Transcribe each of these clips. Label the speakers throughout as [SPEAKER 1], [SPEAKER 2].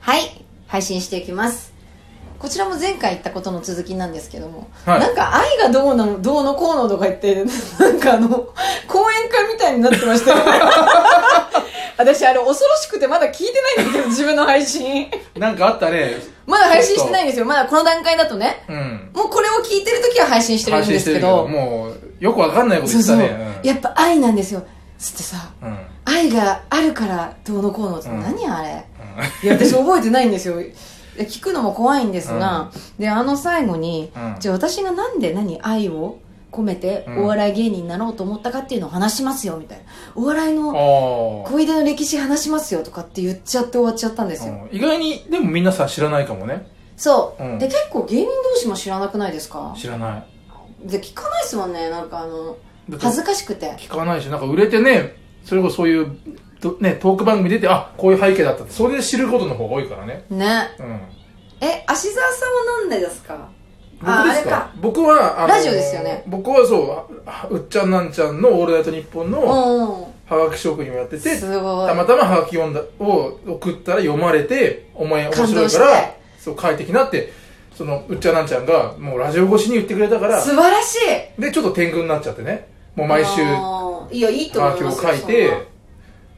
[SPEAKER 1] はい配信していきますこちらも前回言ったことの続きなんですけども、
[SPEAKER 2] はい
[SPEAKER 1] なんか愛がどうなのどうのこうのとか言って なんかあの講演会みたいになってましたよ ね私あれ恐ろしくてまだ聞いてないんだけど自分の配信
[SPEAKER 2] なんかあったね。
[SPEAKER 1] まだ配信してないんですよまだこの段階だとね
[SPEAKER 2] うん。
[SPEAKER 1] もうこれを聞いてる時は配信してるんですけど
[SPEAKER 2] もう、よくわかんないこと
[SPEAKER 1] そ
[SPEAKER 2] 言
[SPEAKER 1] う
[SPEAKER 2] ってた
[SPEAKER 1] そう、
[SPEAKER 2] ね。
[SPEAKER 1] やっぱ愛なんですよつってさ
[SPEAKER 2] うん。うん。
[SPEAKER 1] 愛があるからどうのこうのって、
[SPEAKER 2] うん
[SPEAKER 1] 何あれいや私覚えてないんですよで聞くのも怖いんですが、であの最後に、
[SPEAKER 2] うん
[SPEAKER 1] じゃあ私がなんで何愛を込めて
[SPEAKER 2] うん
[SPEAKER 1] お笑い芸人になろうと思ったかっていうのを話しますよみたいなお笑いの
[SPEAKER 2] ああ。
[SPEAKER 1] 小出の歴史話しますよとかって言っちゃって終わっちゃったんですよ、
[SPEAKER 2] うん意外に、でもみんなさ、知らないかもね。
[SPEAKER 1] そう、
[SPEAKER 2] うん
[SPEAKER 1] で結構芸人同士も知らなくないですか
[SPEAKER 2] 知らない。
[SPEAKER 1] で聞かないですもんねなんかあの
[SPEAKER 2] だって
[SPEAKER 1] 恥ずかしくて
[SPEAKER 2] 聞かないし、なんか売れてね、それこそそういう、とね、トーク番組出て、あ、こういう背景だったって、それで知ることの方が多いからね。
[SPEAKER 1] ね
[SPEAKER 2] うん。
[SPEAKER 1] え芦沢さんは何でですか
[SPEAKER 2] 僕ですか僕は、あの
[SPEAKER 1] ラジオですよね
[SPEAKER 2] 僕はそうあ、うっちゃんなんちゃんのオールナイトニッポン
[SPEAKER 1] あれか
[SPEAKER 2] の、
[SPEAKER 1] うん
[SPEAKER 2] はがき職人をやってて、
[SPEAKER 1] すごい
[SPEAKER 2] たまたまハガキ読んだを送ったら読まれて、お前面白いか
[SPEAKER 1] 感動し
[SPEAKER 2] ら
[SPEAKER 1] て、
[SPEAKER 2] そう書いてきなって、そのうっちゃなんちゃんが、もうラジオ越しに言ってくれたから、
[SPEAKER 1] 素晴らしい
[SPEAKER 2] で、ちょっと天狗になっちゃってね、もう毎週ハ
[SPEAKER 1] あーいやいいと
[SPEAKER 2] ガ
[SPEAKER 1] 思い
[SPEAKER 2] キ
[SPEAKER 1] ま
[SPEAKER 2] を
[SPEAKER 1] す
[SPEAKER 2] 書いて、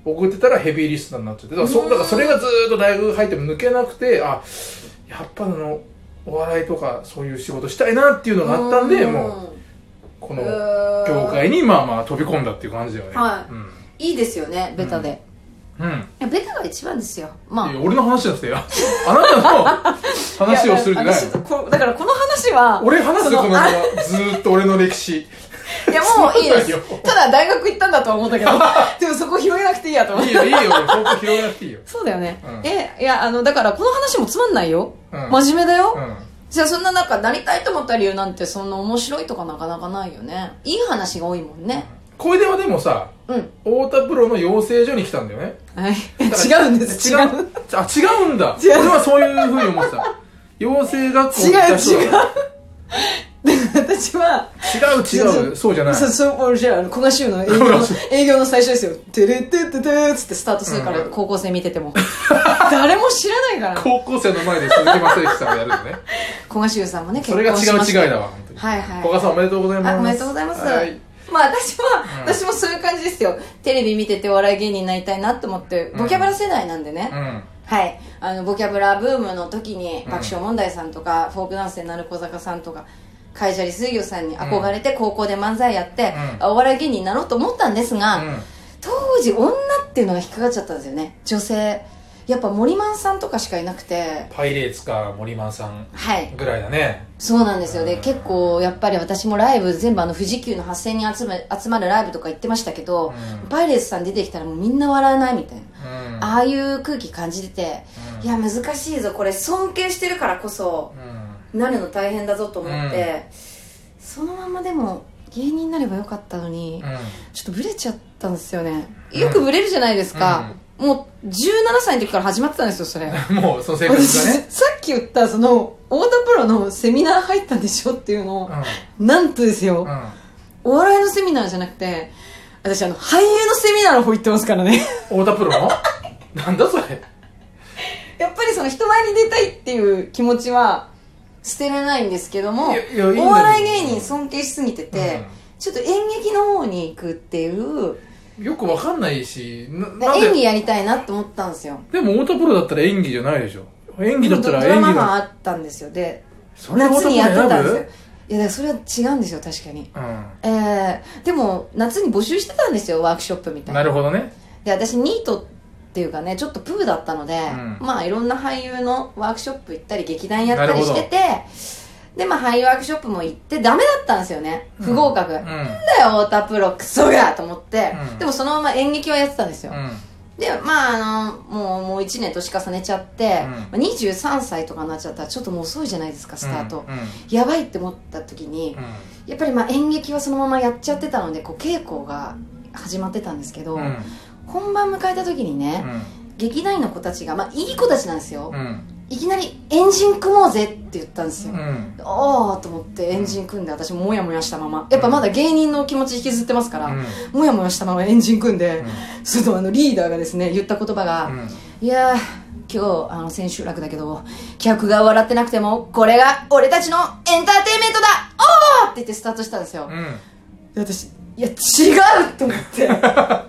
[SPEAKER 2] 送ってたらヘビーリスナーになっちゃって、だからそ
[SPEAKER 1] うん
[SPEAKER 2] だからそれがずーっと大学入っても抜けなくて、あ、やっぱあの、お笑いとかそういう仕事したいなっていうのがあったんで、もう、この業
[SPEAKER 1] 業
[SPEAKER 2] 界にまあまあ飛び込んだっていう感じだよね。
[SPEAKER 1] はい
[SPEAKER 2] うん。
[SPEAKER 1] いいですよねベタで、い
[SPEAKER 2] うん。
[SPEAKER 1] やベタが一番ですよまあ
[SPEAKER 2] いや俺の話じゃなくて、ああなたの話をするんじゃない
[SPEAKER 1] やだから私こだからこの話は
[SPEAKER 2] 俺話す
[SPEAKER 1] そ
[SPEAKER 2] よ、
[SPEAKER 1] の
[SPEAKER 2] このまま。ずーっと俺の歴史。
[SPEAKER 1] いやもういいで
[SPEAKER 2] そうだ
[SPEAKER 1] す
[SPEAKER 2] よ
[SPEAKER 1] ただ大学行ったんだとは思 ったけどでもそこ拾えなくていいやと思っ
[SPEAKER 2] いい
[SPEAKER 1] て
[SPEAKER 2] よ、いいよ、そこ広がっていいよ。
[SPEAKER 1] そうだよね、
[SPEAKER 2] うん
[SPEAKER 1] えいやあのだからこの話もつまんないよ、
[SPEAKER 2] うん
[SPEAKER 1] 真面目だよ、
[SPEAKER 2] うん。
[SPEAKER 1] じゃあそんな中なりたいと思った理由なんてそんな面白いとかなかなかないよねいい話が多いもんね
[SPEAKER 2] 小出はでもさ、
[SPEAKER 1] うん
[SPEAKER 2] 太田プロの養成所に来たんだよね。
[SPEAKER 1] はい
[SPEAKER 2] だ
[SPEAKER 1] 違
[SPEAKER 2] から
[SPEAKER 1] うんです違う違う
[SPEAKER 2] あ、違うんだ。
[SPEAKER 1] 違う
[SPEAKER 2] 俺はそういうふうに思ってた。養成学校に来た人
[SPEAKER 1] 違う私は
[SPEAKER 2] 違う違うそうじゃない。
[SPEAKER 1] そうそう俺じゃあの古賀柊の営業
[SPEAKER 2] 古
[SPEAKER 1] の
[SPEAKER 2] 賀シ
[SPEAKER 1] 営業の最初です よ「てれててて」っつってスタートするから、
[SPEAKER 2] うん
[SPEAKER 1] 高校生見て ても誰も知らないから
[SPEAKER 2] 高校生の前で鈴木正幸さんがやるのね。
[SPEAKER 1] 古賀柊さんもね結
[SPEAKER 2] そ
[SPEAKER 1] 婚
[SPEAKER 2] れ
[SPEAKER 1] し
[SPEAKER 2] が
[SPEAKER 1] ました
[SPEAKER 2] 違う違いだわ、本当に。
[SPEAKER 1] はいはい
[SPEAKER 2] 古賀さんおめでとうございます。
[SPEAKER 1] あおめでとうございます、
[SPEAKER 2] はい
[SPEAKER 1] まあ私は、
[SPEAKER 2] うん
[SPEAKER 1] 私もそういう感じですよテレビ見ててお笑い芸人になりたいなと思ってボキャブラ世代なんでね、
[SPEAKER 2] うん。
[SPEAKER 1] はい、あのボキャブラブームの時に
[SPEAKER 2] うん
[SPEAKER 1] 爆笑問題さんとか、フォークダンスでなる小坂さんとか海砂利水魚さんに憧れて高校で漫才やって、
[SPEAKER 2] うん
[SPEAKER 1] あお笑い芸人になろうと思ったんですが、
[SPEAKER 2] うん
[SPEAKER 1] 当時女っていうのが引っかかっちゃったんですよね女性やっぱ森マンさんとかしかいなくて
[SPEAKER 2] パイレーツか森マンさん
[SPEAKER 1] はい
[SPEAKER 2] ぐらいだね
[SPEAKER 1] そうなんですよで
[SPEAKER 2] うん
[SPEAKER 1] 結構やっぱり私もライブ全部あの富士急の8000人集め集まるライブとか行ってましたけど、
[SPEAKER 2] うん
[SPEAKER 1] パイレーツさん出てきたらもうみんな笑わないみたいな
[SPEAKER 2] うん
[SPEAKER 1] ああいう空気感じてて、
[SPEAKER 2] うん
[SPEAKER 1] いや難しいぞこれ尊敬してるからこそ
[SPEAKER 2] うん
[SPEAKER 1] なるの大変だぞと思って、そのままでも芸人になればよかったのに、
[SPEAKER 2] うん
[SPEAKER 1] ちょっとブレちゃったんですよね
[SPEAKER 2] うん
[SPEAKER 1] よくブレるじゃないですか、もう17歳の時から始まってたんですよそれ
[SPEAKER 2] もうその生
[SPEAKER 1] 私
[SPEAKER 2] 活がね
[SPEAKER 1] さっき言ったその太田プロのセミナー入ったんでしょっていうのを、なんとですよ、
[SPEAKER 2] うんうん
[SPEAKER 1] お笑いのセミナーじゃなくて私あの俳優のセミナーの方行ってますからね
[SPEAKER 2] 太田プロのなんだそれ
[SPEAKER 1] やっぱりその人前に出たいっていう気持ちは捨てれないんですけども
[SPEAKER 2] いやいやいいんだけど
[SPEAKER 1] お笑い芸人尊敬しすぎてて、
[SPEAKER 2] うん
[SPEAKER 1] ちょっと演劇の方に行くっていう
[SPEAKER 2] よくわかんないしななん
[SPEAKER 1] 演技
[SPEAKER 2] で
[SPEAKER 1] やりたいなって思ったんですよ
[SPEAKER 2] でも太田プロだったら演技じゃないでしょ演技だったら
[SPEAKER 1] ドラ
[SPEAKER 2] 演
[SPEAKER 1] マ
[SPEAKER 2] 技
[SPEAKER 1] が
[SPEAKER 2] だ
[SPEAKER 1] あったんですよで
[SPEAKER 2] それ
[SPEAKER 1] 夏にやってたんですよ
[SPEAKER 2] 太田プ
[SPEAKER 1] いやだからそれは違うんですよ確かに
[SPEAKER 2] ロ選
[SPEAKER 1] えー、でも夏に募集してたんですよワークショップみ
[SPEAKER 2] ぶう
[SPEAKER 1] た
[SPEAKER 2] ん
[SPEAKER 1] い
[SPEAKER 2] な
[SPEAKER 1] な
[SPEAKER 2] るほどね
[SPEAKER 1] で私ニートっていうかねちょっとプーだったので、
[SPEAKER 2] ん
[SPEAKER 1] まあいろんな俳優のワークショップ行ったり劇団やったり
[SPEAKER 2] なる
[SPEAKER 1] し
[SPEAKER 2] ほど
[SPEAKER 1] ててでまあ俳優ワークショップも行ってダメだったんですよね不合格、
[SPEAKER 2] うん
[SPEAKER 1] なんだよ太田プロクソがと思って、
[SPEAKER 2] うん
[SPEAKER 1] でもそのまま演劇はやってたんですよ、
[SPEAKER 2] うん
[SPEAKER 1] でまああのもうもう1年年重ねちゃって、
[SPEAKER 2] う
[SPEAKER 1] 23歳とかになっちゃったらちょっともう遅いじゃないですかスタート、
[SPEAKER 2] うんうん
[SPEAKER 1] やばいって思った時に、やっぱりまあ演劇はそのままやっちゃってたのでこう稽古が始まってたんですけど、
[SPEAKER 2] うんうん
[SPEAKER 1] 本番迎えた時にね、劇団員の子たちが、まあ、いい子たちなんですよ、
[SPEAKER 2] うん
[SPEAKER 1] いきなり「エンジン組もうぜ」って言ったんですよ、
[SPEAKER 2] うん
[SPEAKER 1] ああと思ってエンジン組んで私もやもやしたままやっぱまだ芸人の気持ち引きずってますから、
[SPEAKER 2] うん
[SPEAKER 1] もやもやしたままエンジン組んで、
[SPEAKER 2] うん
[SPEAKER 1] するとあのリーダーがですね言った言葉が「いやー今日あの千秋楽だけど客が笑ってなくてもこれが俺たちのエンターテインメントだおーって言ってスタートしたんですよ、
[SPEAKER 2] うん
[SPEAKER 1] で私いや違うと思って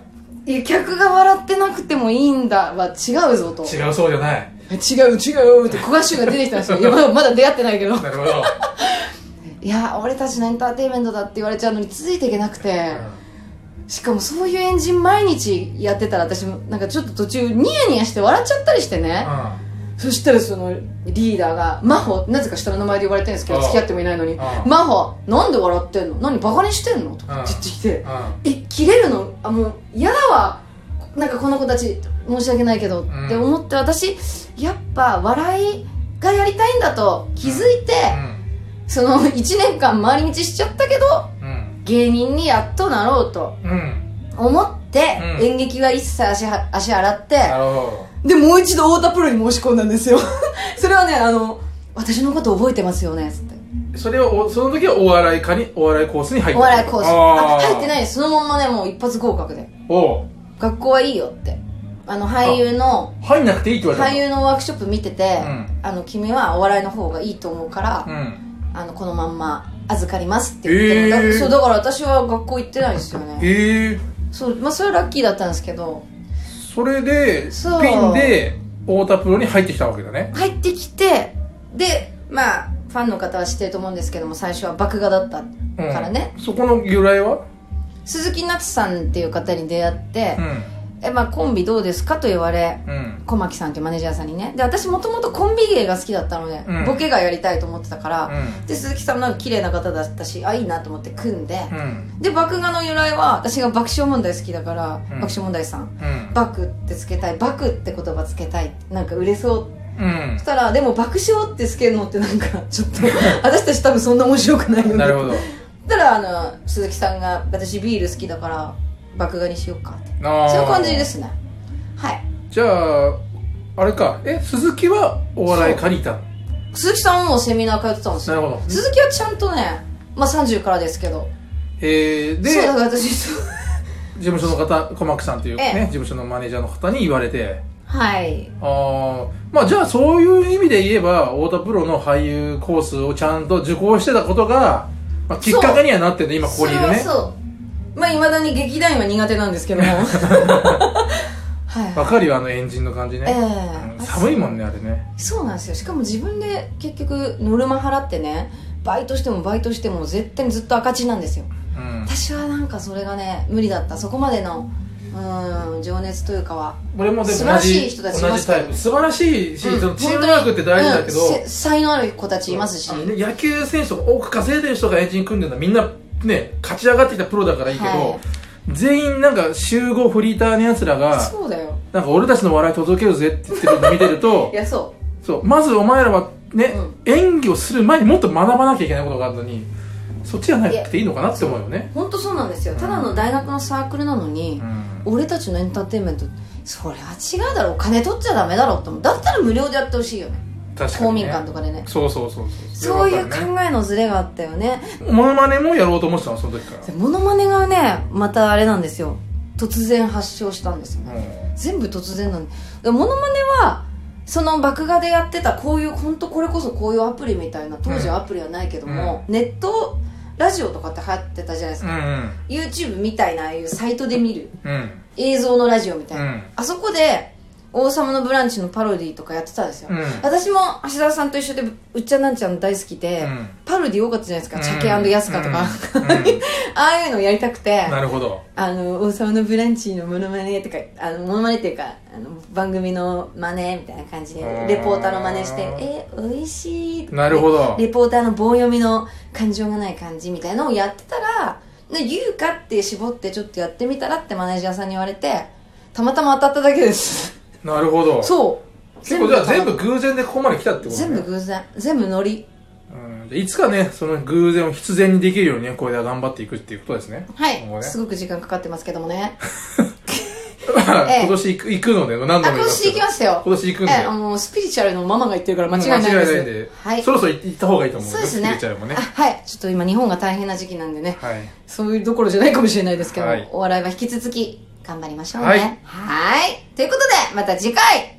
[SPEAKER 1] いや客が笑ってなくてもいいんだは違うぞと違
[SPEAKER 2] 違うそうじゃないう
[SPEAKER 1] 違うって古賀衆が出てきたん ですよいやまだまだ出会ってないけど
[SPEAKER 2] なるほど、
[SPEAKER 1] いや俺たちのエンターテインメントだって言われちゃうのについていけなくて、しかもそういうエンジン毎日やってたら私もなんかちょっと途中ニヤニヤして笑っちゃったりしてね、そしたらそのリーダーが「真帆」なぜか下の名前で言われてるんですけど
[SPEAKER 2] ああ
[SPEAKER 1] 付き合ってもいないのに「
[SPEAKER 2] ああ
[SPEAKER 1] 真帆なんで笑ってんの何バカにしてんの?」とかって言ってきて「え切れるのあもう嫌だわなんかこの子たち申し訳ないけど」
[SPEAKER 2] ん
[SPEAKER 1] って思って私やっぱ笑いがやりたいんだと気づいて、その1年間回り道しちゃったけど
[SPEAKER 2] うんうん
[SPEAKER 1] 芸人にやっとなろうと
[SPEAKER 2] うんうん
[SPEAKER 1] 思って、
[SPEAKER 2] うん
[SPEAKER 1] 演劇は一切足は足洗って、
[SPEAKER 2] なるほ
[SPEAKER 1] でもう一度太田プロに申し込んだんです よそれはねあの私のこと覚えてますよねっつって
[SPEAKER 2] どそれをおその時はお笑い科にお笑いコースに入った
[SPEAKER 1] お笑い講師あ
[SPEAKER 2] あー
[SPEAKER 1] 入ってないですそのまんまねもう一発合格で
[SPEAKER 2] おう
[SPEAKER 1] 学校はいいよってあの俳優の
[SPEAKER 2] 入んなくていいって言われた
[SPEAKER 1] 俳優のワークショップ見てて、
[SPEAKER 2] うん
[SPEAKER 1] あの君はお笑いの方がいいと思うから、
[SPEAKER 2] 優うん
[SPEAKER 1] あのこのまんま預かりますって言って、だ
[SPEAKER 2] えー
[SPEAKER 1] そうだから私は学校行ってないんですよね
[SPEAKER 2] ええ
[SPEAKER 1] そうまあそれはラッキーだったんですけど
[SPEAKER 2] それで
[SPEAKER 1] そう
[SPEAKER 2] ピンで太田プロに入ってきたわけだね
[SPEAKER 1] 入ってきてでまあファンの方は知ってると思うんですけども最初は爆画だったからね、
[SPEAKER 2] そこの由来は
[SPEAKER 1] 鈴木夏さんっていう方に出会って
[SPEAKER 2] う、
[SPEAKER 1] えまあ、コンビどうですかと言われ
[SPEAKER 2] んうん
[SPEAKER 1] 小牧さんっていうマネージャーさんにねで私もともとコンビ芸が好きだったので、
[SPEAKER 2] うん
[SPEAKER 1] ボケがやりたいと思ってたか
[SPEAKER 2] う
[SPEAKER 1] ら、
[SPEAKER 2] ん
[SPEAKER 1] で鈴木さんもなんか綺麗な方だったしあいいなと思って組んで、
[SPEAKER 2] うん
[SPEAKER 1] で爆画の由来は私が爆笑問題好きだから、
[SPEAKER 2] ん
[SPEAKER 1] 爆笑問題さん
[SPEAKER 2] うん
[SPEAKER 1] 爆ってつけたい爆って言葉つけたいなんか売れそう
[SPEAKER 2] うん
[SPEAKER 1] そしたらでも爆笑ってつけるのってなんか ちょっと私たち多分そんな面白くないよね
[SPEAKER 2] なるほど
[SPEAKER 1] そしたらあの鈴木さんが私ビール好きだから爆買いにしようかって
[SPEAKER 2] あー
[SPEAKER 1] そういう感じですねはい
[SPEAKER 2] じゃああれかえ鈴木はお笑い科にいたの
[SPEAKER 1] 鈴木さんはもうセミナー通ってたんです
[SPEAKER 2] な
[SPEAKER 1] よ
[SPEAKER 2] るほど
[SPEAKER 1] 鈴木はちゃんとねまあ30からですけど
[SPEAKER 2] えー、で
[SPEAKER 1] そうだから私そう
[SPEAKER 2] 事務所の方小牧さんというね、
[SPEAKER 1] ええ
[SPEAKER 2] 事務所のマネージャーの方に言われて
[SPEAKER 1] はい
[SPEAKER 2] ああまあじゃあそういう意味で言えば太田プロの俳優コースをちゃんと受講してたことが、まあ、きっかけにはなってんで今ここにいる
[SPEAKER 1] それは
[SPEAKER 2] ね
[SPEAKER 1] そうまあいまだに劇団員は苦手なんですけど もはい
[SPEAKER 2] わかるよあのエンジンの感じね、
[SPEAKER 1] ええ
[SPEAKER 2] うん寒いもんねあれね
[SPEAKER 1] そうなんですよしかも自分で結局ノルマ払ってねバイトしてもバイトしても絶対にずっと赤字なんですよ
[SPEAKER 2] うん
[SPEAKER 1] 私はなんかそれがね無理だったそこまでのうん情熱というかは
[SPEAKER 2] 俺もでも
[SPEAKER 1] 素晴
[SPEAKER 2] 同
[SPEAKER 1] らしい
[SPEAKER 2] じ
[SPEAKER 1] 人たちい
[SPEAKER 2] 同
[SPEAKER 1] ま
[SPEAKER 2] じ
[SPEAKER 1] すか
[SPEAKER 2] タ
[SPEAKER 1] ら
[SPEAKER 2] イプ素晴らしいし、
[SPEAKER 1] うん
[SPEAKER 2] そのチームワークって大事だけど、
[SPEAKER 1] 本当にうんせ才能ある子たちいますし
[SPEAKER 2] あのね野球選手とか多く稼いでる人がエンジン組んでるのはみんなね勝ち上がってきたプロだからいいけど、
[SPEAKER 1] は
[SPEAKER 2] 全員なんか集合フリーターのやつらが
[SPEAKER 1] そうだよ
[SPEAKER 2] なんか俺たちの笑い届けるぜって言ってるの見てると
[SPEAKER 1] いやそ
[SPEAKER 2] そうまずお前らはね、
[SPEAKER 1] う
[SPEAKER 2] 演技をする前にもっと学ばなきゃいけないことがあるのにそっちじゃなくていいのかなって思うよね
[SPEAKER 1] う本当そうなんですよ
[SPEAKER 2] うん
[SPEAKER 1] ただの大学のサークルなのに
[SPEAKER 2] う、ん
[SPEAKER 1] 俺たちのエンターテインメントそれは違うだろお金取っちゃダメだろって思うだったら無料でやってほしいよね
[SPEAKER 2] 確か
[SPEAKER 1] 公
[SPEAKER 2] に、ね、
[SPEAKER 1] 民館とかでね
[SPEAKER 2] そうそうそう
[SPEAKER 1] そ
[SPEAKER 2] そうう
[SPEAKER 1] い
[SPEAKER 2] れ
[SPEAKER 1] う
[SPEAKER 2] 分
[SPEAKER 1] 考
[SPEAKER 2] かるね
[SPEAKER 1] えのズレがあったよね
[SPEAKER 2] モノマネもやろうと思ってたのその時から
[SPEAKER 1] でモノマネがねまたあれなんですよ突然発症したんですよね、
[SPEAKER 2] う
[SPEAKER 1] 全部突然なんででモノマネはその爆画でやってたこういう本当これこそこういうアプリみたいな当時はアプリはないけども、ネットラジオとかって流行ってたじゃないです
[SPEAKER 2] ん
[SPEAKER 1] か、
[SPEAKER 2] うん
[SPEAKER 1] YouTube みたいなああいうサイトで見る
[SPEAKER 2] うん
[SPEAKER 1] 映像のラジオみたいな、
[SPEAKER 2] うん
[SPEAKER 1] あそこで「王様のブランチ」のパロディとかやってたんですよ、
[SPEAKER 2] うん
[SPEAKER 1] 私も芦田さんと一緒でうっちゃんなんちゃん大好きで、
[SPEAKER 2] うん
[SPEAKER 1] パロディ多かったじゃないですか、チャケヤスカとか、
[SPEAKER 2] うんうん
[SPEAKER 1] ああいうのやりたくて
[SPEAKER 2] なるほど
[SPEAKER 1] あの、王様のブランチのモノマネとか、あの、モノマネっていうか、あの、番組のマネみたいな感じで、レポーターのマネして
[SPEAKER 2] あ、
[SPEAKER 1] え、美味しいとか
[SPEAKER 2] なるほど
[SPEAKER 1] レポーターの棒読みの感情がない感じみたいなのをやってたら、ね、言うかって絞ってちょっとやってみたらってマネージャーさんに言われて、たまたま当たっただけです。
[SPEAKER 2] なるほど
[SPEAKER 1] そう。
[SPEAKER 2] 結構じゃあ全部偶然でここまで来たってことね
[SPEAKER 1] 全部偶然。全部ノリ。
[SPEAKER 2] うん、いつかねその偶然を必然にできるようにねこれで頑張っていくっていうことですね
[SPEAKER 1] は
[SPEAKER 2] 今後
[SPEAKER 1] い。
[SPEAKER 2] ね
[SPEAKER 1] す ごく時間かかってますけどもね。
[SPEAKER 2] まあ
[SPEAKER 1] ええ
[SPEAKER 2] 今年行く行くので何度
[SPEAKER 1] あ、今
[SPEAKER 2] もます
[SPEAKER 1] 年行きますよ。
[SPEAKER 2] 今年行くんで
[SPEAKER 1] ええ、あの、スピリチュアルのママが言ってるから間違いないです。
[SPEAKER 2] もう間違いないんで、
[SPEAKER 1] はい。
[SPEAKER 2] そろそろ行った方がいいと思う
[SPEAKER 1] そうですね
[SPEAKER 2] ちゃうもね
[SPEAKER 1] あはいちょっと今日本が大変な時期なんでね
[SPEAKER 2] はい
[SPEAKER 1] そういうどころじゃないかもしれないですけど、
[SPEAKER 2] はい
[SPEAKER 1] お笑いは引き続き頑張りましょう
[SPEAKER 2] は
[SPEAKER 1] ね
[SPEAKER 2] い
[SPEAKER 1] はーいということでまた次回